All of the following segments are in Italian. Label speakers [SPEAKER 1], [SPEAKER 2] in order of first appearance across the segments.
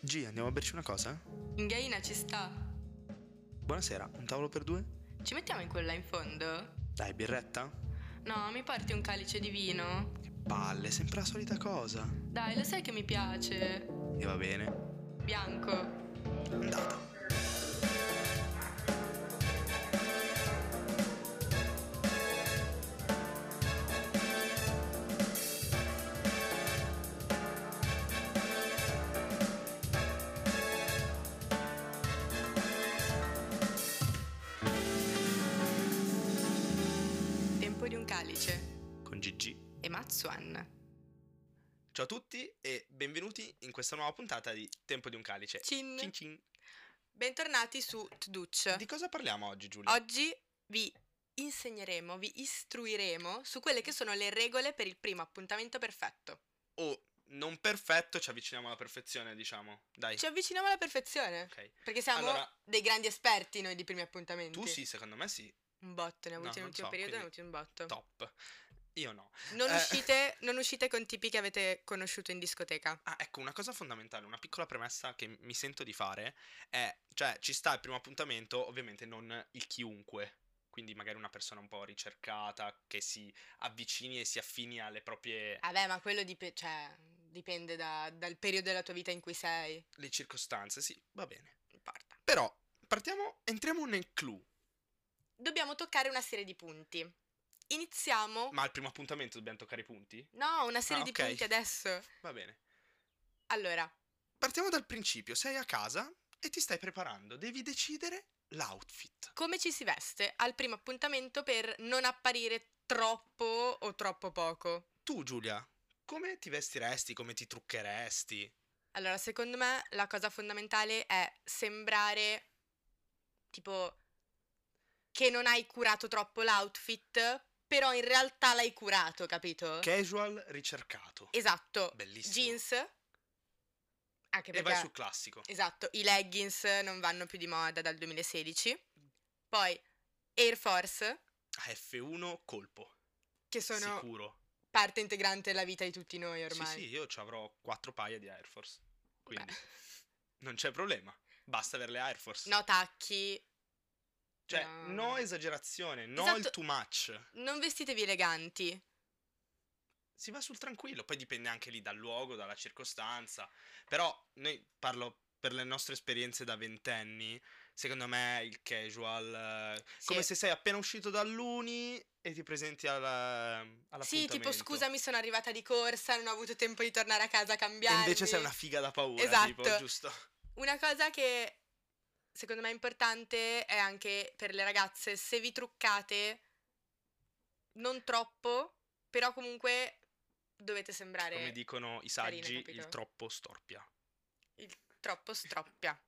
[SPEAKER 1] G, andiamo a berci una cosa?
[SPEAKER 2] Inghiaina ci sta.
[SPEAKER 1] Buonasera, un tavolo per due?
[SPEAKER 2] Ci mettiamo in quella in fondo?
[SPEAKER 1] Dai, birretta?
[SPEAKER 2] No, mi porti un calice di vino?
[SPEAKER 1] Che palle, sempre la solita cosa.
[SPEAKER 2] Dai, lo sai che mi piace.
[SPEAKER 1] E va bene,
[SPEAKER 2] Bianco.
[SPEAKER 1] andata.
[SPEAKER 2] Tempo di un calice.
[SPEAKER 1] Con GG.
[SPEAKER 2] E Matsuan.
[SPEAKER 1] Ciao a tutti e benvenuti in questa nuova puntata di Tempo di un calice.
[SPEAKER 2] Cin.
[SPEAKER 1] Cin cin.
[SPEAKER 2] Bentornati su Tuduc.
[SPEAKER 1] Di cosa parliamo oggi, Giulia?
[SPEAKER 2] Oggi vi insegneremo, vi istruiremo su quelle che sono le regole per il primo appuntamento perfetto.
[SPEAKER 1] Oh, non perfetto, ci avviciniamo alla perfezione, diciamo. Dai.
[SPEAKER 2] Ci avviciniamo alla perfezione.
[SPEAKER 1] Ok.
[SPEAKER 2] Perché siamo
[SPEAKER 1] Allora-
[SPEAKER 2] dei grandi esperti noi di primi appuntamenti.
[SPEAKER 1] Tu sì, secondo me sì,
[SPEAKER 2] Un botto, ne ho avuti
[SPEAKER 1] No, non
[SPEAKER 2] nell'ultimo
[SPEAKER 1] so,
[SPEAKER 2] periodo, ne ho
[SPEAKER 1] quindi-
[SPEAKER 2] avuti un botto.
[SPEAKER 1] top. Io no.
[SPEAKER 2] Non,
[SPEAKER 1] Eh.
[SPEAKER 2] uscite, non uscite con tipi che avete conosciuto in discoteca.
[SPEAKER 1] Ah, ecco, una cosa fondamentale, una piccola premessa che mi sento di fare è, cioè, ci sta il primo appuntamento, ovviamente non il chiunque, quindi magari una persona un po' ricercata, che si avvicini e si affini alle proprie,
[SPEAKER 2] Vabbè, ma quello dipe- cioè, dipende da- dal periodo della tua vita in cui sei. Non
[SPEAKER 1] le circostanze, sì, va bene.
[SPEAKER 2] importa.
[SPEAKER 1] Però, partiamo, entriamo nel clou,
[SPEAKER 2] Dobbiamo toccare una serie di punti. Iniziamo.
[SPEAKER 1] ma al primo appuntamento dobbiamo toccare i punti?
[SPEAKER 2] No, una serie
[SPEAKER 1] Ah,
[SPEAKER 2] di
[SPEAKER 1] ok.
[SPEAKER 2] punti adesso.
[SPEAKER 1] Va bene.
[SPEAKER 2] Allora,
[SPEAKER 1] Partiamo dal principio, sei a casa e ti stai preparando, devi decidere l'outfit.
[SPEAKER 2] come ci si veste al primo appuntamento per non apparire troppo o troppo poco?
[SPEAKER 1] Tu, Giulia, come ti vestiresti, come ti truccheresti?
[SPEAKER 2] Allora, secondo me la cosa fondamentale è sembrare tipo che non hai curato troppo l'outfit, però in realtà l'hai curato, capito?
[SPEAKER 1] Casual ricercato.
[SPEAKER 2] Esatto.
[SPEAKER 1] Bellissimo.
[SPEAKER 2] Jeans. Anche
[SPEAKER 1] E
[SPEAKER 2] perché
[SPEAKER 1] vai sul classico.
[SPEAKER 2] Esatto, i leggings non vanno più di moda dal 2016. Poi Air Force,
[SPEAKER 1] A F1 colpo.
[SPEAKER 2] che sono
[SPEAKER 1] Sicuro.
[SPEAKER 2] parte integrante della vita di tutti noi ormai.
[SPEAKER 1] Sì, sì, io ci avrò quattro paia di Air Force. Quindi non c'è problema. Basta avere le Air Force.
[SPEAKER 2] No tacchi,
[SPEAKER 1] cioè,
[SPEAKER 2] no.
[SPEAKER 1] no esagerazione, no
[SPEAKER 2] Esatto.
[SPEAKER 1] il too much.
[SPEAKER 2] non vestitevi eleganti.
[SPEAKER 1] Si va sul tranquillo, poi dipende anche lì dal luogo, dalla circostanza. Però noi parlo per le nostre esperienze da ventenni, secondo me il casual eh,
[SPEAKER 2] Sì.
[SPEAKER 1] come se sei appena uscito dall'uni e ti presenti alla
[SPEAKER 2] Sì, tipo
[SPEAKER 1] all'appuntamento.
[SPEAKER 2] scusami, sono arrivata di corsa, non ho avuto tempo di tornare a casa a
[SPEAKER 1] E
[SPEAKER 2] cambiarmi.
[SPEAKER 1] invece sei una figa da paura,
[SPEAKER 2] Esatto.
[SPEAKER 1] tipo, giusto?
[SPEAKER 2] Una cosa che secondo me è importante è anche per le ragazze, se vi truccate non troppo, però comunque dovete sembrare
[SPEAKER 1] Come dicono i
[SPEAKER 2] carine,
[SPEAKER 1] saggi,
[SPEAKER 2] capito?
[SPEAKER 1] il troppo storpia.
[SPEAKER 2] il troppo stroppia.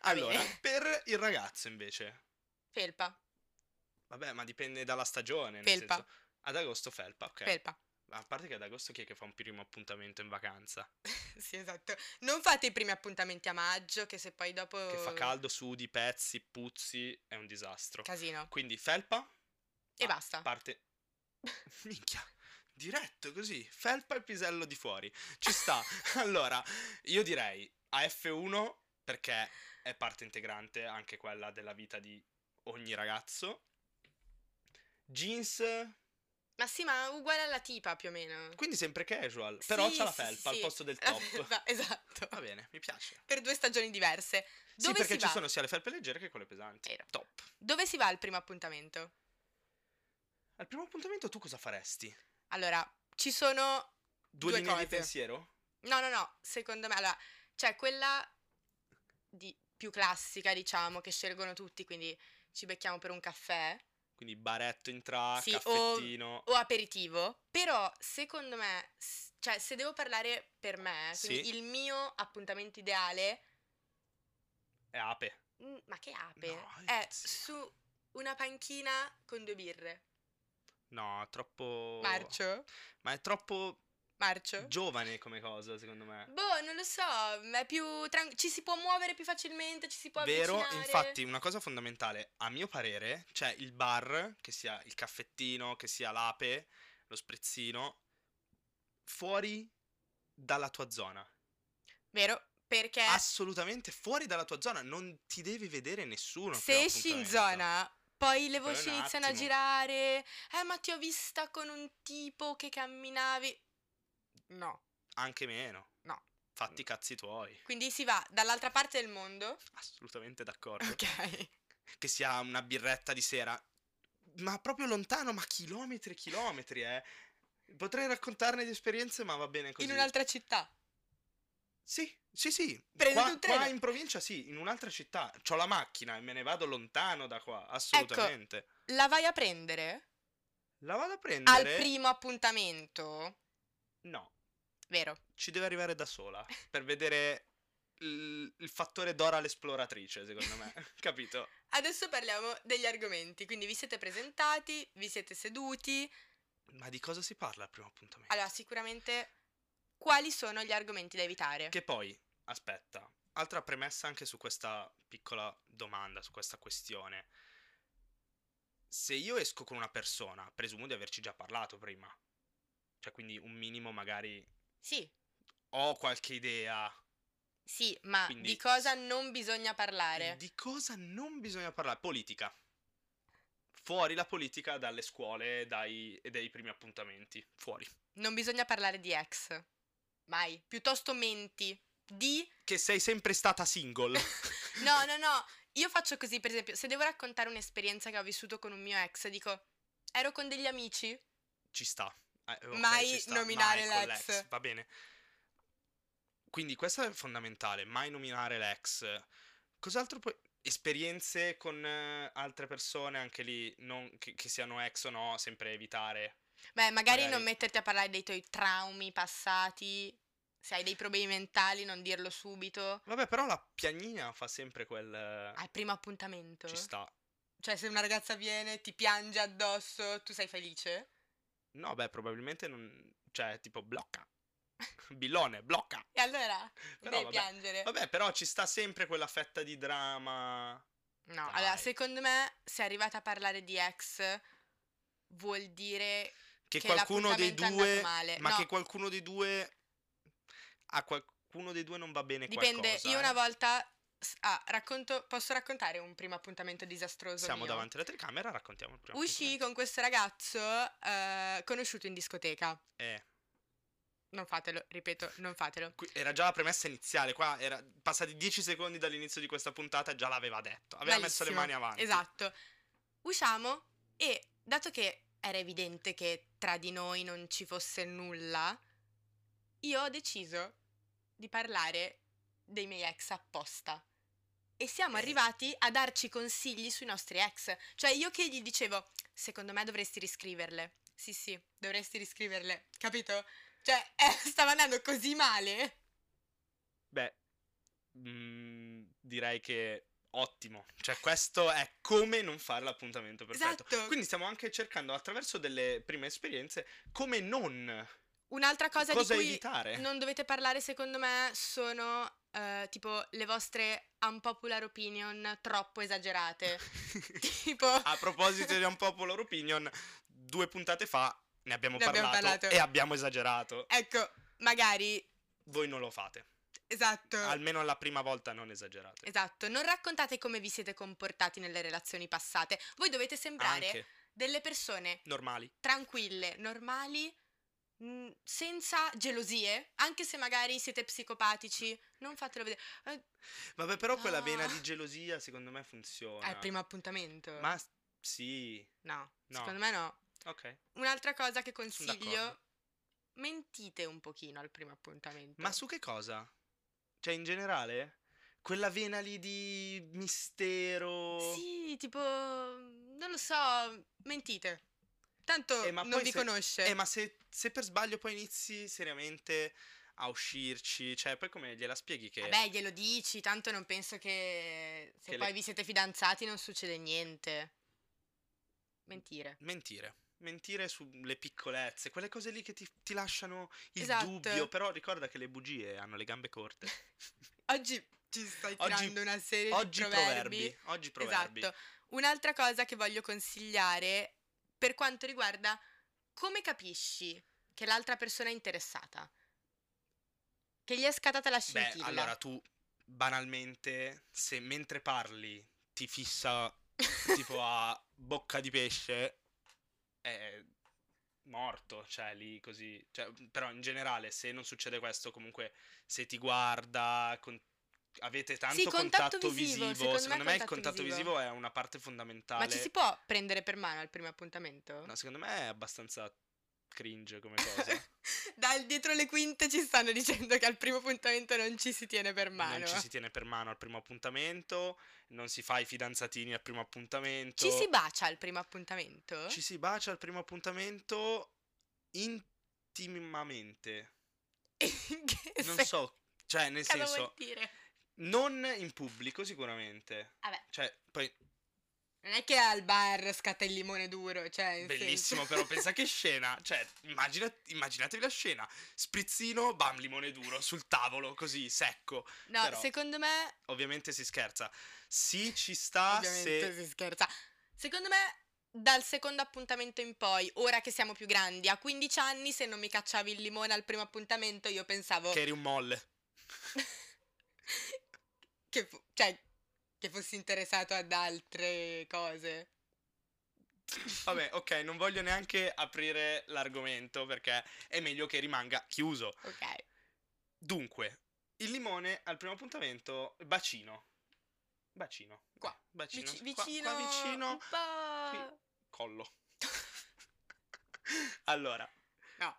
[SPEAKER 1] allora,
[SPEAKER 2] bene.
[SPEAKER 1] per il ragazzo invece,
[SPEAKER 2] Felpa,
[SPEAKER 1] vabbè, ma dipende dalla stagione. nel
[SPEAKER 2] Felpa.
[SPEAKER 1] senso- ad agosto felpa, ok.
[SPEAKER 2] felpa.
[SPEAKER 1] Ma a parte che ad agosto chi è che fa un primo appuntamento in vacanza?
[SPEAKER 2] Sì, esatto. Non fate i primi appuntamenti a maggio, che se poi dopo...
[SPEAKER 1] Che fa caldo, sudi, pezzi, puzzi, è un disastro.
[SPEAKER 2] Casino.
[SPEAKER 1] Quindi felpa
[SPEAKER 2] E
[SPEAKER 1] ah,
[SPEAKER 2] basta.
[SPEAKER 1] Parte Minchia. Diretto così, felpa e pisello di fuori. Ci sta. allora, io direi a F1 perché è parte integrante anche quella della vita di ogni ragazzo. Jeans,
[SPEAKER 2] Ma sì, ma uguale alla tipa più o meno.
[SPEAKER 1] quindi sempre casual, però
[SPEAKER 2] Sì,
[SPEAKER 1] c'ha la
[SPEAKER 2] sì, sì,
[SPEAKER 1] felpa al
[SPEAKER 2] sì.
[SPEAKER 1] posto del
[SPEAKER 2] La
[SPEAKER 1] top.
[SPEAKER 2] felpa, esatto.
[SPEAKER 1] Va bene, mi piace.
[SPEAKER 2] Per due stagioni diverse.
[SPEAKER 1] sì,
[SPEAKER 2] Dove
[SPEAKER 1] perché
[SPEAKER 2] si
[SPEAKER 1] ci
[SPEAKER 2] va?
[SPEAKER 1] sono sia le felpe leggere che quelle pesanti.
[SPEAKER 2] Vero.
[SPEAKER 1] Top.
[SPEAKER 2] Dove si va al primo appuntamento?
[SPEAKER 1] Al primo appuntamento tu cosa faresti?
[SPEAKER 2] Allora, ci sono...
[SPEAKER 1] Due,
[SPEAKER 2] Due
[SPEAKER 1] linee di
[SPEAKER 2] cose.
[SPEAKER 1] pensiero?
[SPEAKER 2] No, no, no, secondo me... Allora, c'è quella di... più classica, diciamo, che scelgono tutti, quindi ci becchiamo per un caffè.
[SPEAKER 1] Quindi baretto in tra,
[SPEAKER 2] Sì, o-
[SPEAKER 1] caffettino.
[SPEAKER 2] o aperitivo, però secondo me, s- cioè se devo parlare per me, quindi
[SPEAKER 1] Sì.
[SPEAKER 2] il mio appuntamento ideale,
[SPEAKER 1] È ape.
[SPEAKER 2] mm, ma che ape,
[SPEAKER 1] No,
[SPEAKER 2] è
[SPEAKER 1] zia.
[SPEAKER 2] su una panchina con due birre.
[SPEAKER 1] No, troppo.
[SPEAKER 2] Marcio?
[SPEAKER 1] Ma è troppo
[SPEAKER 2] Marcio?
[SPEAKER 1] giovane come cosa, secondo me.
[SPEAKER 2] boh, non lo so, è più tran- ci si può muovere più facilmente, ci si può
[SPEAKER 1] Vero,
[SPEAKER 2] avvicinare.
[SPEAKER 1] infatti, una cosa fondamentale, a mio parere, c'è il bar, che sia il caffettino, che sia l'ape, lo sprezzino, fuori dalla tua zona.
[SPEAKER 2] Vero, Perché
[SPEAKER 1] Ah, assolutamente fuori dalla tua zona, non ti deve vedere nessuno. il
[SPEAKER 2] se
[SPEAKER 1] primo
[SPEAKER 2] esci in
[SPEAKER 1] appuntamento.
[SPEAKER 2] zona, poi le
[SPEAKER 1] Quello è
[SPEAKER 2] voci
[SPEAKER 1] un
[SPEAKER 2] iniziano a
[SPEAKER 1] attimo.
[SPEAKER 2] girare. Eh, ma ti ho vista con un tipo che camminavi. No.
[SPEAKER 1] Anche meno.
[SPEAKER 2] No.
[SPEAKER 1] Fatti i cazzi tuoi.
[SPEAKER 2] Quindi si va dall'altra parte del mondo.
[SPEAKER 1] Assolutamente d'accordo.
[SPEAKER 2] Ok.
[SPEAKER 1] Che sia una birretta di sera. Ma proprio lontano, ma chilometri e chilometri, eh. Potrei raccontarne di esperienze, ma va bene così.
[SPEAKER 2] In un'altra città.
[SPEAKER 1] Sì, sì, sì.
[SPEAKER 2] Prendete
[SPEAKER 1] Qua,
[SPEAKER 2] un treno.
[SPEAKER 1] qua in provincia, sì, in un'altra città. C'ho la macchina e me ne vado lontano da qua,
[SPEAKER 2] Ecco.
[SPEAKER 1] assolutamente.
[SPEAKER 2] La vai a prendere
[SPEAKER 1] La vado a
[SPEAKER 2] al
[SPEAKER 1] prendere?
[SPEAKER 2] primo appuntamento.
[SPEAKER 1] No,
[SPEAKER 2] Vero.
[SPEAKER 1] ci deve arrivare da sola per vedere il, il fattore Dora l'esploratrice, secondo me. Capito?
[SPEAKER 2] Adesso parliamo degli argomenti. Quindi vi siete presentati, vi siete seduti.
[SPEAKER 1] Ma di cosa si parla al primo appuntamento?
[SPEAKER 2] Allora, sicuramente quali sono gli argomenti da evitare?
[SPEAKER 1] Che poi, aspetta, altra premessa anche su questa piccola domanda, su questa questione. Se io esco con una persona, presumo di averci già parlato prima. Cioè, quindi un minimo magari
[SPEAKER 2] Sì,
[SPEAKER 1] ho qualche idea
[SPEAKER 2] sì, ma
[SPEAKER 1] Quindi-
[SPEAKER 2] di cosa non bisogna parlare?
[SPEAKER 1] di cosa non bisogna parlare. Politica. Fuori la politica dalle scuole dai, e dai primi appuntamenti. Fuori.
[SPEAKER 2] Non bisogna parlare di ex. Mai. Piuttosto menti. Di...
[SPEAKER 1] Che sei sempre stata single.
[SPEAKER 2] No, no, no. Io faccio così, per esempio, se devo raccontare un'esperienza che ho vissuto con un mio ex, dico, ero con degli amici.
[SPEAKER 1] Ci sta. Eh, ok,
[SPEAKER 2] Mai
[SPEAKER 1] ci sta.
[SPEAKER 2] nominare
[SPEAKER 1] Mai con
[SPEAKER 2] l'ex.
[SPEAKER 1] Va bene. Quindi questo è fondamentale. Mai nominare l'ex. Cos'altro puoi... Esperienze con eh, altre persone, anche lì, non- che- che siano ex o no, sempre evitare.
[SPEAKER 2] Beh, magari,
[SPEAKER 1] Magari.
[SPEAKER 2] non metterti a parlare dei tuoi traumi passati. Se hai dei problemi mentali, non dirlo subito.
[SPEAKER 1] Vabbè, però la piagnina fa sempre quel... eh,
[SPEAKER 2] Al primo appuntamento.
[SPEAKER 1] Ci sta.
[SPEAKER 2] Cioè, se una ragazza viene, ti piange addosso, tu sei felice?
[SPEAKER 1] No, beh, probabilmente non... Cioè, tipo, blocca. Billone, blocca.
[SPEAKER 2] E allora
[SPEAKER 1] Però
[SPEAKER 2] devi
[SPEAKER 1] vabbè.
[SPEAKER 2] piangere.
[SPEAKER 1] Vabbè, però ci sta sempre quella fetta di dramma.
[SPEAKER 2] No,
[SPEAKER 1] Dai.
[SPEAKER 2] allora, secondo me, se arrivate a parlare di ex, vuol dire
[SPEAKER 1] Che,
[SPEAKER 2] Che
[SPEAKER 1] qualcuno dei
[SPEAKER 2] l'appuntamento è andato
[SPEAKER 1] due...
[SPEAKER 2] male.
[SPEAKER 1] Ma
[SPEAKER 2] No.
[SPEAKER 1] che qualcuno dei due... A qualcuno dei due non va bene
[SPEAKER 2] Dipende,
[SPEAKER 1] qualcosa.
[SPEAKER 2] io
[SPEAKER 1] eh.
[SPEAKER 2] una volta. s- Ah, racconto. Posso raccontare un primo appuntamento disastroso?
[SPEAKER 1] Siamo
[SPEAKER 2] mio?
[SPEAKER 1] davanti alla telecamera, raccontiamo il primo
[SPEAKER 2] Uscii con questo ragazzo eh, conosciuto in discoteca.
[SPEAKER 1] appuntamento. Eh,
[SPEAKER 2] Non fatelo, ripeto, non fatelo.
[SPEAKER 1] qui- era già la premessa iniziale, qua era passati 10 secondi dall'inizio di questa puntata e già l'aveva detto. Aveva messo le
[SPEAKER 2] Malissimo.
[SPEAKER 1] mani avanti.
[SPEAKER 2] Esatto. Usciamo e dato che era evidente che tra di noi non ci fosse nulla, io ho deciso di parlare dei miei ex apposta. E siamo
[SPEAKER 1] Eh.
[SPEAKER 2] arrivati a darci consigli sui nostri ex. Cioè io che gli dicevo, secondo me dovresti riscriverle. Sì, sì, dovresti riscriverle. Capito? Cioè, eh, stava andando così male.
[SPEAKER 1] Beh, mm, direi che ottimo. Cioè, questo è come non fare l'appuntamento perfetto.
[SPEAKER 2] Esatto.
[SPEAKER 1] Quindi stiamo anche cercando, attraverso delle prime esperienze, come non
[SPEAKER 2] Un'altra cosa,
[SPEAKER 1] cosa
[SPEAKER 2] di cui
[SPEAKER 1] evitare.
[SPEAKER 2] non dovete parlare, secondo me, sono eh, tipo le vostre unpopular opinion troppo esagerate. tipo,
[SPEAKER 1] A proposito di un popular opinion, due puntate fa ne abbiamo,
[SPEAKER 2] Ne abbiamo parlato.
[SPEAKER 1] e abbiamo esagerato.
[SPEAKER 2] ecco, magari,
[SPEAKER 1] Voi non lo fate.
[SPEAKER 2] esatto,
[SPEAKER 1] Almeno la prima volta non esagerate.
[SPEAKER 2] esatto, non raccontate come vi siete comportati nelle relazioni passate. Voi dovete sembrare
[SPEAKER 1] Anche
[SPEAKER 2] delle persone
[SPEAKER 1] normali.
[SPEAKER 2] tranquille, normali, mh, senza gelosie, anche se magari siete psicopatici, non fatelo vedere. Eh,
[SPEAKER 1] Vabbè, però quella
[SPEAKER 2] No.
[SPEAKER 1] vena di gelosia secondo me funziona.
[SPEAKER 2] al Eh, primo appuntamento.
[SPEAKER 1] Ma s- sì,
[SPEAKER 2] no,
[SPEAKER 1] no.
[SPEAKER 2] secondo me no.
[SPEAKER 1] ok.
[SPEAKER 2] Un'altra cosa che
[SPEAKER 1] Sono
[SPEAKER 2] consiglio,
[SPEAKER 1] d'accordo.
[SPEAKER 2] mentite un pochino al primo appuntamento.
[SPEAKER 1] Ma su che cosa? Cioè, in generale? Quella vena lì di mistero.
[SPEAKER 2] Sì, tipo, non lo so, mentite. Tanto
[SPEAKER 1] Eh, ma
[SPEAKER 2] non
[SPEAKER 1] poi
[SPEAKER 2] vi
[SPEAKER 1] se-
[SPEAKER 2] conosce.
[SPEAKER 1] Eh, ma se, se per sbaglio poi inizi seriamente a uscirci, cioè, poi come gliela spieghi che.
[SPEAKER 2] Vabbè, glielo dici, tanto non penso che se
[SPEAKER 1] Che le-
[SPEAKER 2] poi vi siete fidanzati non succede niente. Mentire.
[SPEAKER 1] Mentire. Mentire sulle piccolezze, quelle cose lì che ti, ti lasciano il
[SPEAKER 2] Esatto.
[SPEAKER 1] dubbio. Però ricorda che le bugie hanno le gambe corte.
[SPEAKER 2] Oggi ci stai
[SPEAKER 1] Oggi-
[SPEAKER 2] tirando una serie
[SPEAKER 1] Oggi
[SPEAKER 2] di proverbi.
[SPEAKER 1] proverbi. Oggi proverbi.
[SPEAKER 2] Esatto. Un'altra cosa che voglio consigliare per quanto riguarda come capisci che l'altra persona è interessata. Che gli è scattata la
[SPEAKER 1] Beh,
[SPEAKER 2] scintilla.
[SPEAKER 1] allora tu banalmente, se mentre parli ti fissa tipo a bocca di pesce, è morto, cioè lì così. Cioè, però in generale, se non succede questo, comunque se ti guarda, con- avete tanto
[SPEAKER 2] contatto
[SPEAKER 1] contatto
[SPEAKER 2] visivo,
[SPEAKER 1] visivo,
[SPEAKER 2] secondo
[SPEAKER 1] secondo
[SPEAKER 2] me
[SPEAKER 1] me il contatto
[SPEAKER 2] visivo.
[SPEAKER 1] visivo è una parte fondamentale.
[SPEAKER 2] Ma ci si può prendere per mano al primo appuntamento?
[SPEAKER 1] No, secondo me è abbastanza cringe come cosa.
[SPEAKER 2] Dal dietro le quinte ci stanno dicendo che al primo appuntamento non ci si tiene per mano.
[SPEAKER 1] Non ci si tiene per mano al primo appuntamento, non si fa i fidanzatini al primo appuntamento.
[SPEAKER 2] Ci si bacia al primo appuntamento?
[SPEAKER 1] Ci si bacia al primo appuntamento intimamente.
[SPEAKER 2] In che
[SPEAKER 1] Non
[SPEAKER 2] sen-
[SPEAKER 1] so, cioè nel
[SPEAKER 2] cosa
[SPEAKER 1] senso,
[SPEAKER 2] vuol dire?
[SPEAKER 1] non in pubblico sicuramente.
[SPEAKER 2] Vabbè,
[SPEAKER 1] Cioè, poi
[SPEAKER 2] non è che al bar scatta il limone duro, cioè... in
[SPEAKER 1] bellissimo,
[SPEAKER 2] senso-
[SPEAKER 1] però pensa che scena. Cioè, immagina- immaginatevi la scena. Sprizzino, bam, limone duro sul tavolo, così, secco.
[SPEAKER 2] No,
[SPEAKER 1] però-
[SPEAKER 2] secondo me
[SPEAKER 1] Ovviamente si scherza. Sì, ci sta
[SPEAKER 2] Ovviamente
[SPEAKER 1] se...
[SPEAKER 2] si scherza. Secondo me, dal secondo appuntamento in poi, ora che siamo più grandi, a 15 anni, se non mi cacciavi il limone al primo appuntamento, io pensavo
[SPEAKER 1] che
[SPEAKER 2] che,
[SPEAKER 1] eri un molle.
[SPEAKER 2] fo- cioè, che fossi interessato ad altre cose.
[SPEAKER 1] Vabbè, ok, non voglio neanche aprire l'argomento perché è meglio che rimanga chiuso.
[SPEAKER 2] Ok.
[SPEAKER 1] Dunque, il limone al primo appuntamento, bacino. Bacino.
[SPEAKER 2] Qua.
[SPEAKER 1] Eh, Bacino.
[SPEAKER 2] Vici-
[SPEAKER 1] qua-
[SPEAKER 2] vicino,
[SPEAKER 1] qua vicino,
[SPEAKER 2] un po'...
[SPEAKER 1] collo. allora,
[SPEAKER 2] No.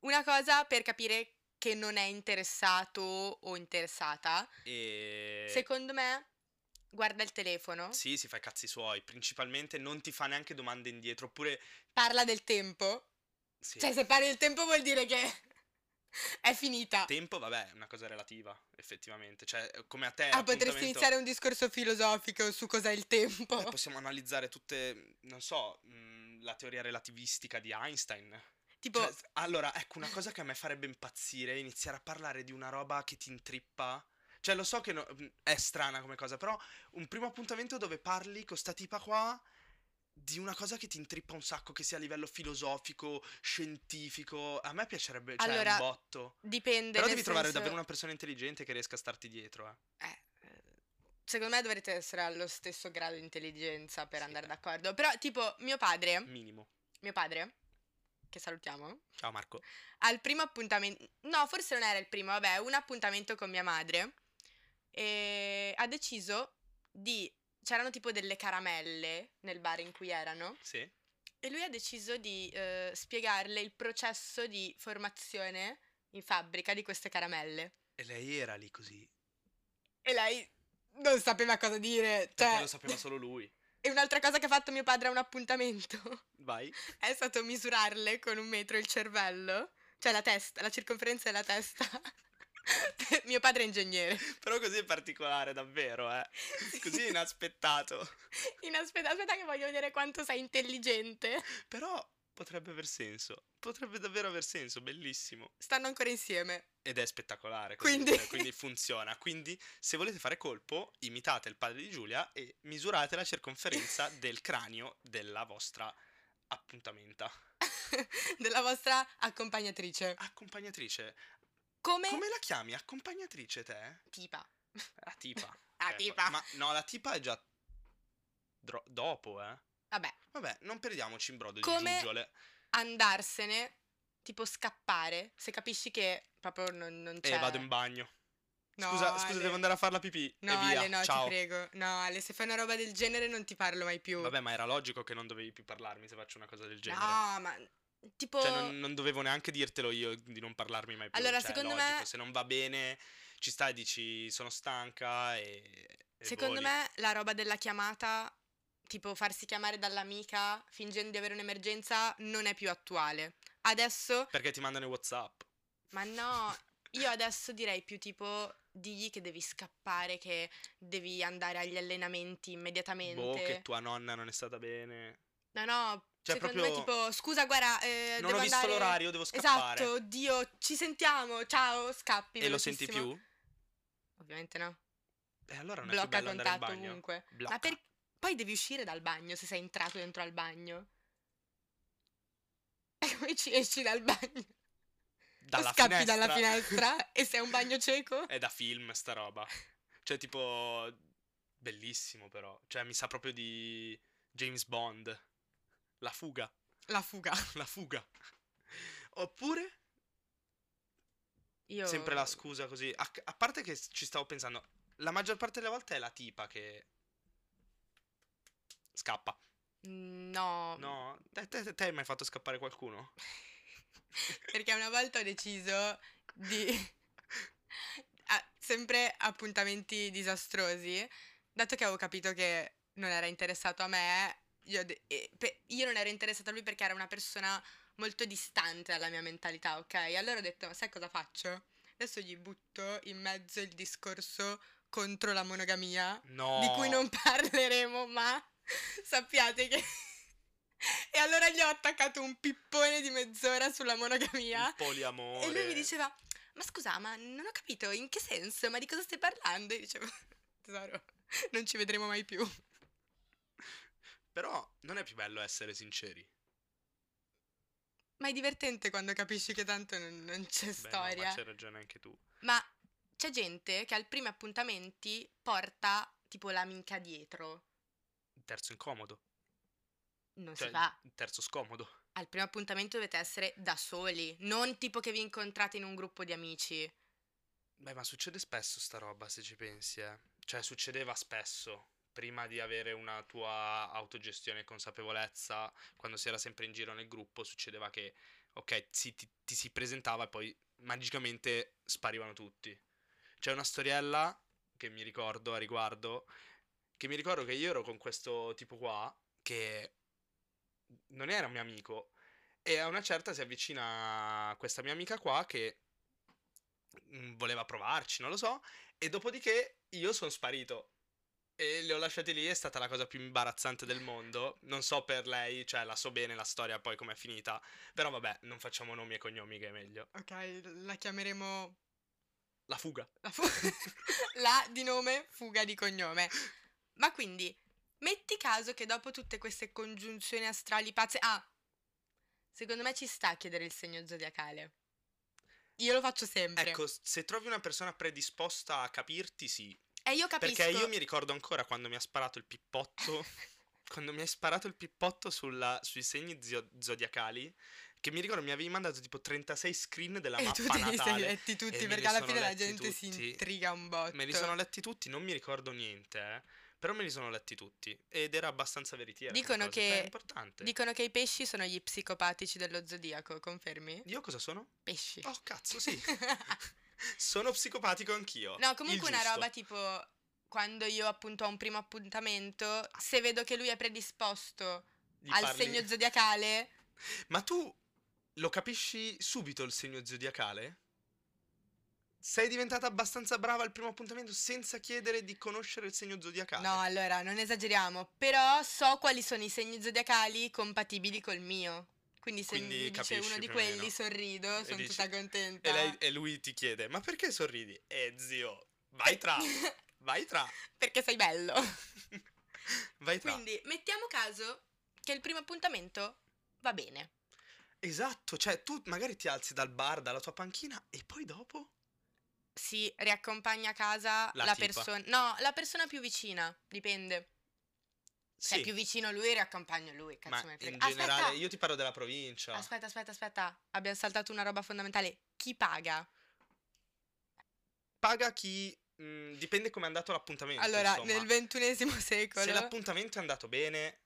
[SPEAKER 2] Una cosa per capire che non è interessato o interessata,
[SPEAKER 1] e...
[SPEAKER 2] secondo me, guarda il telefono,
[SPEAKER 1] ehm, Sì, si fa i cazzi suoi. Principalmente non ti fa neanche domande indietro. Oppure...
[SPEAKER 2] parla del tempo.
[SPEAKER 1] Sì.
[SPEAKER 2] Cioè, se pari il tempo vuol dire che è finita.
[SPEAKER 1] Tempo, vabbè, è una cosa relativa, effettivamente. Cioè, come a te...
[SPEAKER 2] Ah, potresti
[SPEAKER 1] appuntamento-
[SPEAKER 2] iniziare un discorso filosofico su cos'è il tempo.
[SPEAKER 1] Eh, possiamo analizzare tutte, non so, mh, la teoria relativistica di Einstein.
[SPEAKER 2] tipo,
[SPEAKER 1] Cioè, allora, ecco, una cosa che a me farebbe impazzire è iniziare a parlare di una roba che ti intrippa. Cioè, lo so che no- è strana come cosa, però un primo appuntamento dove parli con sta tipa qua di una cosa che ti intrippa un sacco, che sia a livello filosofico, scientifico. A me piacerebbe, cioè,
[SPEAKER 2] Allora,
[SPEAKER 1] un botto.
[SPEAKER 2] dipende.
[SPEAKER 1] Però
[SPEAKER 2] nel
[SPEAKER 1] devi trovare
[SPEAKER 2] senso-
[SPEAKER 1] davvero una persona intelligente che riesca a starti dietro, eh.
[SPEAKER 2] Eh, eh, secondo me dovrete essere allo stesso grado di intelligenza per
[SPEAKER 1] Sì, Mm.
[SPEAKER 2] andare
[SPEAKER 1] eh.
[SPEAKER 2] d'accordo. Però, tipo, mio padre,
[SPEAKER 1] Minimo.
[SPEAKER 2] mio padre, che salutiamo,
[SPEAKER 1] Ciao Marco.
[SPEAKER 2] al primo appuntamento, no, forse non era il primo, vabbè, un appuntamento con mia madre, e ha deciso di... C'erano tipo delle caramelle nel bar in cui erano.
[SPEAKER 1] Sì?
[SPEAKER 2] E lui ha deciso di eh, spiegarle il processo di formazione in fabbrica di queste caramelle.
[SPEAKER 1] E lei era lì così.
[SPEAKER 2] E lei non sapeva cosa dire.
[SPEAKER 1] Perché
[SPEAKER 2] Cioè...
[SPEAKER 1] lo sapeva solo lui.
[SPEAKER 2] E un'altra cosa che ha fatto mio padre a un appuntamento
[SPEAKER 1] Vai.
[SPEAKER 2] è stato misurarle con un metro il cervello, cioè la testa, la circonferenza della testa. mio padre è ingegnere.
[SPEAKER 1] Però così è particolare, davvero, eh. Così è inaspettato.
[SPEAKER 2] Inaspetta, aspetta che voglio vedere quanto sei intelligente.
[SPEAKER 1] Però potrebbe aver senso. Potrebbe davvero aver senso, bellissimo.
[SPEAKER 2] Stanno ancora insieme.
[SPEAKER 1] Ed è spettacolare. così,
[SPEAKER 2] Quindi-
[SPEAKER 1] cioè, quindi funziona. Quindi, se volete fare colpo, imitate il padre di Giulia e misurate la circonferenza del cranio della vostra appuntamenta.
[SPEAKER 2] Della vostra accompagnatrice.
[SPEAKER 1] Accompagnatrice.
[SPEAKER 2] Come?
[SPEAKER 1] Come la chiami? Accompagnatrice te?
[SPEAKER 2] Tipa.
[SPEAKER 1] La tipa.
[SPEAKER 2] La
[SPEAKER 1] Ecco.
[SPEAKER 2] tipa.
[SPEAKER 1] Ma no, la tipa è già dro- dopo, eh.
[SPEAKER 2] Vabbè.
[SPEAKER 1] Vabbè, non perdiamoci in brodo
[SPEAKER 2] Come-
[SPEAKER 1] di giuggiole.
[SPEAKER 2] andarsene, tipo scappare, se capisci che proprio non, non
[SPEAKER 1] E
[SPEAKER 2] c'è.
[SPEAKER 1] Eh, vado in bagno.
[SPEAKER 2] Cioè, No,
[SPEAKER 1] scusa, scusa,
[SPEAKER 2] Ale.
[SPEAKER 1] devo andare a fare la pipì.
[SPEAKER 2] No,
[SPEAKER 1] e via.
[SPEAKER 2] Ale, no,
[SPEAKER 1] Ciao.
[SPEAKER 2] ti prego. No, Ale, se fai una roba del genere non ti parlo mai più.
[SPEAKER 1] Vabbè, ma era logico che non dovevi più parlarmi se faccio una cosa del genere.
[SPEAKER 2] no, ma tipo
[SPEAKER 1] Cioè, non, non dovevo neanche dirtelo io di non parlarmi mai più.
[SPEAKER 2] Allora,
[SPEAKER 1] Cioè, è
[SPEAKER 2] secondo
[SPEAKER 1] logico,
[SPEAKER 2] me-
[SPEAKER 1] Se non va bene, ci stai e dici sono stanca e. e
[SPEAKER 2] secondo
[SPEAKER 1] voli.
[SPEAKER 2] me la roba della chiamata, tipo farsi chiamare dall'amica fingendo di avere un'emergenza non è più attuale. Adesso,
[SPEAKER 1] Perché ti mandano i WhatsApp.
[SPEAKER 2] ma no, io adesso direi più tipo digli che devi scappare, che devi andare agli allenamenti immediatamente.
[SPEAKER 1] Boh, che tua nonna non è stata bene.
[SPEAKER 2] No, no,
[SPEAKER 1] Cioè,
[SPEAKER 2] secondo me
[SPEAKER 1] proprio-
[SPEAKER 2] tipo, scusa, guarda, eh,
[SPEAKER 1] non
[SPEAKER 2] devo
[SPEAKER 1] ho visto
[SPEAKER 2] andare-
[SPEAKER 1] l'orario, devo scappare.
[SPEAKER 2] Esatto, oddio, ci sentiamo, ciao, scappi.
[SPEAKER 1] E lo senti
[SPEAKER 2] velocissimo.
[SPEAKER 1] più?
[SPEAKER 2] Ovviamente no,
[SPEAKER 1] E allora non
[SPEAKER 2] blocca
[SPEAKER 1] è
[SPEAKER 2] il
[SPEAKER 1] più bello andare in
[SPEAKER 2] contatto
[SPEAKER 1] bagno.
[SPEAKER 2] comunque.
[SPEAKER 1] Blocca.
[SPEAKER 2] Ma per... poi devi uscire dal bagno se sei entrato dentro al bagno. E come ci esci dal bagno?
[SPEAKER 1] dalla
[SPEAKER 2] scappi
[SPEAKER 1] finestra. Eh.
[SPEAKER 2] dalla finestra e sei un bagno cieco?
[SPEAKER 1] È da film sta roba. Cioè, tipo, bellissimo però. Cioè, mi sa proprio di James Bond. La fuga,
[SPEAKER 2] La fuga.
[SPEAKER 1] la fuga. Oppure,
[SPEAKER 2] Io...
[SPEAKER 1] sempre la scusa così. A, a parte che ci stavo pensando, la maggior parte delle volte è la tipa che scappa.
[SPEAKER 2] No.
[SPEAKER 1] No? Te, te- te hai mai fatto scappare qualcuno?
[SPEAKER 2] Perché una volta ho deciso di... Ah, sempre appuntamenti disastrosi, dato che avevo capito che non era interessato a me, io, ho de- e pe- io non ero interessata a lui perché era una persona molto distante dalla mia mentalità, ok? Allora ho detto, sai cosa faccio? Adesso gli butto in mezzo il discorso contro la monogamia,
[SPEAKER 1] No.
[SPEAKER 2] di cui
[SPEAKER 1] Eh.
[SPEAKER 2] non parleremo, ma sappiate che... e allora gli ho attaccato un pippone di mezz'ora sulla monogamia.
[SPEAKER 1] Il poliamore.
[SPEAKER 2] E lui mi diceva, ma scusa, ma non ho capito, in che senso? Ma di cosa stai parlando? E io dicevo, tesoro, non ci vedremo mai più.
[SPEAKER 1] Però non è più bello essere sinceri.
[SPEAKER 2] Ma è divertente quando capisci che tanto non, non c'è
[SPEAKER 1] Beh, no,
[SPEAKER 2] storia.
[SPEAKER 1] ma c'hai ragione anche tu.
[SPEAKER 2] ma c'è gente che al primo appuntamenti porta tipo l'amica dietro.
[SPEAKER 1] Il terzo incomodo.
[SPEAKER 2] Non
[SPEAKER 1] Cioè,
[SPEAKER 2] si fa.
[SPEAKER 1] il terzo scomodo.
[SPEAKER 2] Al primo appuntamento dovete essere da soli, non tipo che vi incontrate in un gruppo di amici.
[SPEAKER 1] Beh, ma succede spesso sta roba, se ci pensi, eh. Cioè, succedeva spesso, prima di avere una tua autogestione e consapevolezza, quando si era sempre in giro nel gruppo, succedeva che, ok, si- ti, ti si presentava e poi magicamente sparivano tutti. C'è una storiella che mi ricordo a riguardo, che mi ricordo che io ero con questo tipo qua, che non era un mio amico, e a una certa si avvicina questa mia amica qua che mm, voleva provarci, non lo so. E dopodiché io sono sparito. E le ho lasciate lì, è stata la cosa più imbarazzante del mondo. Non so per lei, cioè la so bene la storia poi com'è finita. Però vabbè, non facciamo nomi e cognomi che è meglio.
[SPEAKER 2] Ok, la chiameremo
[SPEAKER 1] La fuga.
[SPEAKER 2] La, fu- la di nome, fuga di cognome. Ma quindi, metti caso che dopo tutte queste congiunzioni astrali pazze... Ah, secondo me ci sta a chiedere il segno zodiacale. Io lo faccio sempre.
[SPEAKER 1] Ecco, se trovi una persona predisposta a capirti, sì.
[SPEAKER 2] e io capisco...
[SPEAKER 1] Perché io mi ricordo ancora quando mi ha sparato il pippotto. quando mi hai sparato il pippotto sulla- sui segni zio- zodiacali. Che mi ricordo mi avevi mandato tipo 36 screen della
[SPEAKER 2] E
[SPEAKER 1] mappa
[SPEAKER 2] tu te li sei
[SPEAKER 1] natale.
[SPEAKER 2] letti
[SPEAKER 1] e
[SPEAKER 2] tutti
[SPEAKER 1] me
[SPEAKER 2] perché
[SPEAKER 1] li
[SPEAKER 2] alla
[SPEAKER 1] sono
[SPEAKER 2] fine la
[SPEAKER 1] letti
[SPEAKER 2] gente si
[SPEAKER 1] tutti.
[SPEAKER 2] intriga un botto.
[SPEAKER 1] Me li sono letti tutti, non mi ricordo niente, eh, però me li sono letti tutti ed era abbastanza veritiera. come
[SPEAKER 2] Dicono
[SPEAKER 1] cosa, cioè,
[SPEAKER 2] che-
[SPEAKER 1] è importante.
[SPEAKER 2] Dicono che i pesci sono gli psicopatici dello zodiaco, confermi?
[SPEAKER 1] Io cosa sono?
[SPEAKER 2] Pesci.
[SPEAKER 1] Oh cazzo, sì. sono psicopatico anch'io.
[SPEAKER 2] No, comunque
[SPEAKER 1] Il
[SPEAKER 2] una
[SPEAKER 1] giusto.
[SPEAKER 2] roba tipo quando io appunto ho un primo appuntamento, se vedo che lui è predisposto
[SPEAKER 1] Gli
[SPEAKER 2] al
[SPEAKER 1] parli-
[SPEAKER 2] segno zodiacale,
[SPEAKER 1] Ma tu lo capisci subito il segno zodiacale? Sei diventata abbastanza brava al primo appuntamento senza chiedere di conoscere il segno zodiacale?
[SPEAKER 2] no, allora non esageriamo, però so quali sono i segni zodiacali compatibili col mio. Quindi se
[SPEAKER 1] Quindi
[SPEAKER 2] mi dice
[SPEAKER 1] capisci
[SPEAKER 2] uno di
[SPEAKER 1] più o meno.
[SPEAKER 2] quelli sorrido,
[SPEAKER 1] E
[SPEAKER 2] sono
[SPEAKER 1] dici-
[SPEAKER 2] tutta contenta.
[SPEAKER 1] E, lei- e lui ti chiede, ma perché sorridi? Eh zio, vai tra, vai tra,
[SPEAKER 2] Perché sei bello.
[SPEAKER 1] vai tra.
[SPEAKER 2] Quindi mettiamo caso che il primo appuntamento va bene.
[SPEAKER 1] Esatto, cioè tu magari ti alzi dal bar, dalla tua panchina e poi dopo?
[SPEAKER 2] Si riaccompagna a casa
[SPEAKER 1] La
[SPEAKER 2] la
[SPEAKER 1] tipa.
[SPEAKER 2] persona... No, la persona più vicina, dipende. Se è Cioè, più vicino lui, riaccompagno lui.
[SPEAKER 1] ma
[SPEAKER 2] Cazzo, me ne frega.
[SPEAKER 1] in
[SPEAKER 2] aspetta,
[SPEAKER 1] generale io ti parlo della provincia.
[SPEAKER 2] aspetta, aspetta, aspetta. Abbiamo saltato una roba fondamentale. Chi paga?
[SPEAKER 1] Paga chi... mh, dipende come è andato l'appuntamento.
[SPEAKER 2] Allora,
[SPEAKER 1] Eh, insomma.
[SPEAKER 2] nel ventunesimo secolo.
[SPEAKER 1] Se l'appuntamento è andato bene,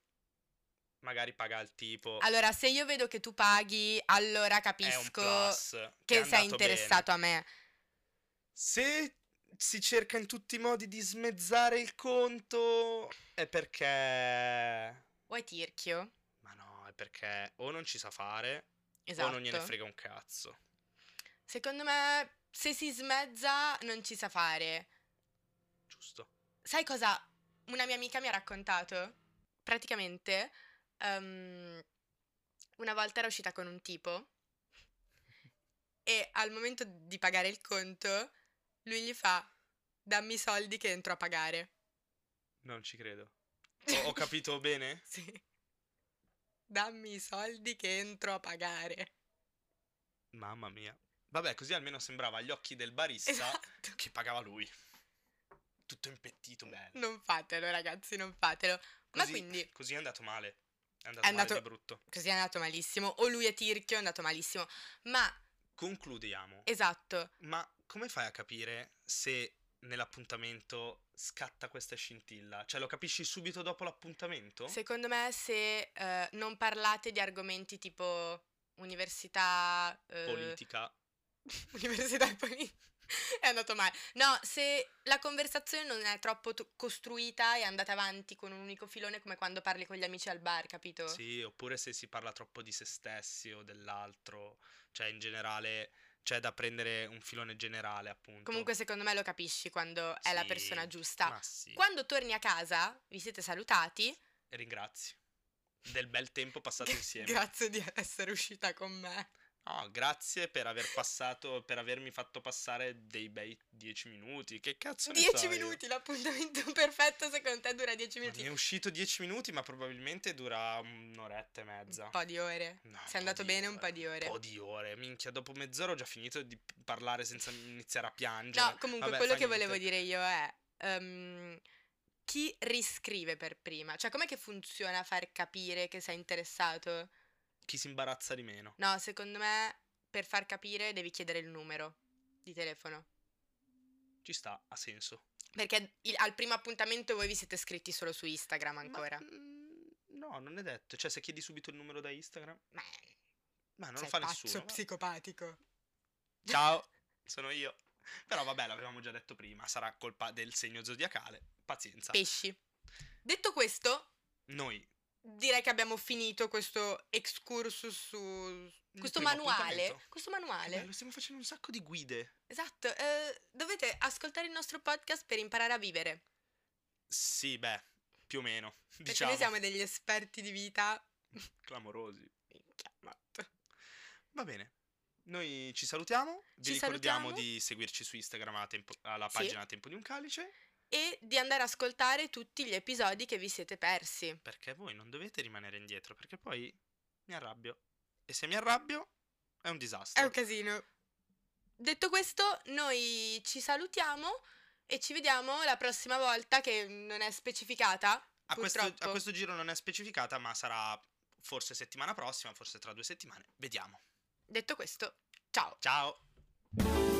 [SPEAKER 1] magari paga il tipo.
[SPEAKER 2] Allora, se io vedo che tu paghi, allora
[SPEAKER 1] è un
[SPEAKER 2] capisco
[SPEAKER 1] plus. che è
[SPEAKER 2] che sei
[SPEAKER 1] andato bene.
[SPEAKER 2] interessato a me.
[SPEAKER 1] Se si cerca in tutti i modi di smezzare il conto, è perché...
[SPEAKER 2] O è tirchio?
[SPEAKER 1] Ma no, è perché o non ci sa fare
[SPEAKER 2] Esatto.
[SPEAKER 1] o non gliene frega un cazzo.
[SPEAKER 2] Secondo me, se si smezza, non ci sa fare.
[SPEAKER 1] Giusto.
[SPEAKER 2] Sai cosa una mia amica mi ha raccontato? Praticamente, ehm, una volta era uscita con un tipo e al momento di pagare il conto, lui gli fa: Dammi i soldi che entro a pagare.
[SPEAKER 1] Non ci credo. Ho- ho capito bene?
[SPEAKER 2] Sì. Dammi i soldi che entro a pagare.
[SPEAKER 1] Mamma mia. Vabbè, così almeno sembrava agli occhi del barista
[SPEAKER 2] Esatto.
[SPEAKER 1] che pagava lui. Tutto impettito, bello.
[SPEAKER 2] Non fatelo, ragazzi, non fatelo. Ma
[SPEAKER 1] Così-
[SPEAKER 2] quindi-
[SPEAKER 1] Così è andato male. È andato male
[SPEAKER 2] andato-
[SPEAKER 1] di brutto.
[SPEAKER 2] Così è andato malissimo. O lui è tirchio, è andato malissimo. Ma,
[SPEAKER 1] Concludiamo.
[SPEAKER 2] esatto,
[SPEAKER 1] Ma come fai a capire se nell'appuntamento scatta questa scintilla? Cioè, lo capisci subito dopo l'appuntamento?
[SPEAKER 2] secondo me se eh, non parlate di argomenti tipo università... eh,
[SPEAKER 1] Politica.
[SPEAKER 2] Università e poi è andato male. No, se la conversazione non è troppo t- costruita e andata avanti con un unico filone come quando parli con gli amici al bar, capito?
[SPEAKER 1] Sì, oppure se si parla troppo di se stessi o dell'altro. Cioè, in generale, c'è da prendere un filone generale, appunto.
[SPEAKER 2] Comunque secondo me lo capisci quando è la
[SPEAKER 1] Sì,
[SPEAKER 2] persona giusta.
[SPEAKER 1] Ma sì,
[SPEAKER 2] Quando torni a casa, vi siete salutati.
[SPEAKER 1] ringrazio. Del bel tempo passato
[SPEAKER 2] Gra-
[SPEAKER 1] insieme.
[SPEAKER 2] Grazie di essere uscita con me.
[SPEAKER 1] No, grazie per aver passato, per avermi fatto passare dei bei dieci minuti. Che cazzo ne so
[SPEAKER 2] Dieci
[SPEAKER 1] io?
[SPEAKER 2] minuti, l'appuntamento perfetto secondo te dura dieci
[SPEAKER 1] Ma
[SPEAKER 2] minuti.
[SPEAKER 1] Mi è uscito 10 minuti, ma probabilmente dura un'oretta e mezza.
[SPEAKER 2] Un po' di ore.
[SPEAKER 1] No,
[SPEAKER 2] Se è andato bene un po' di ore.
[SPEAKER 1] Un po' di ore, minchia, dopo mezz'ora ho già finito di parlare senza iniziare a piangere.
[SPEAKER 2] No, comunque
[SPEAKER 1] Vabbè,
[SPEAKER 2] quello
[SPEAKER 1] fa
[SPEAKER 2] che
[SPEAKER 1] niente.
[SPEAKER 2] volevo dire io è ehm, chi riscrive per prima? Cioè, com'è che funziona far capire che sei interessato?
[SPEAKER 1] Chi si imbarazza di meno?
[SPEAKER 2] No, secondo me per far capire devi chiedere il numero di telefono.
[SPEAKER 1] Ci sta, ha senso.
[SPEAKER 2] Perché il- al primo appuntamento voi vi siete scritti solo su Instagram ancora.
[SPEAKER 1] Ma, mm, no, non è detto. Cioè, se chiedi subito il numero da Instagram,
[SPEAKER 2] Ma
[SPEAKER 1] ma non lo
[SPEAKER 2] sei
[SPEAKER 1] fa
[SPEAKER 2] pazzo,
[SPEAKER 1] nessuno. va-
[SPEAKER 2] psicopatico.
[SPEAKER 1] Ciao, sono io. Però vabbè, l'avevamo già detto prima, sarà colpa del segno zodiacale. Pazienza.
[SPEAKER 2] Pesci. Detto questo,
[SPEAKER 1] Noi
[SPEAKER 2] direi che abbiamo finito questo excursus su... Questo
[SPEAKER 1] primo
[SPEAKER 2] manuale,
[SPEAKER 1] appuntamento.
[SPEAKER 2] questo
[SPEAKER 1] Che
[SPEAKER 2] manuale.
[SPEAKER 1] bello, Eh, stiamo facendo un sacco di guide.
[SPEAKER 2] Esatto, eh, dovete ascoltare il nostro podcast per imparare a vivere.
[SPEAKER 1] Sì, beh, più o meno,
[SPEAKER 2] Perché
[SPEAKER 1] diciamo.
[SPEAKER 2] noi siamo degli esperti di vita.
[SPEAKER 1] Clamorosi.
[SPEAKER 2] Minchia, matto.
[SPEAKER 1] Va bene. Noi ci salutiamo. Vi
[SPEAKER 2] Ci
[SPEAKER 1] ricordiamo
[SPEAKER 2] salutiamo.
[SPEAKER 1] di seguirci su Instagram a tempo- alla
[SPEAKER 2] Sì.
[SPEAKER 1] pagina Tempo di un Calice.
[SPEAKER 2] E di andare a ascoltare tutti gli episodi che vi siete persi.
[SPEAKER 1] Perché voi non dovete rimanere indietro, perché poi mi arrabbio. E se mi arrabbio è un
[SPEAKER 2] È
[SPEAKER 1] disastro.
[SPEAKER 2] un casino. Detto questo, noi ci salutiamo e ci vediamo la prossima volta che non è specificata.
[SPEAKER 1] a, questo,
[SPEAKER 2] purtroppo.
[SPEAKER 1] a questo giro non è specificata, ma sarà forse settimana prossima, forse tra due settimane. Vediamo.
[SPEAKER 2] Detto questo, ciao.
[SPEAKER 1] Ciao!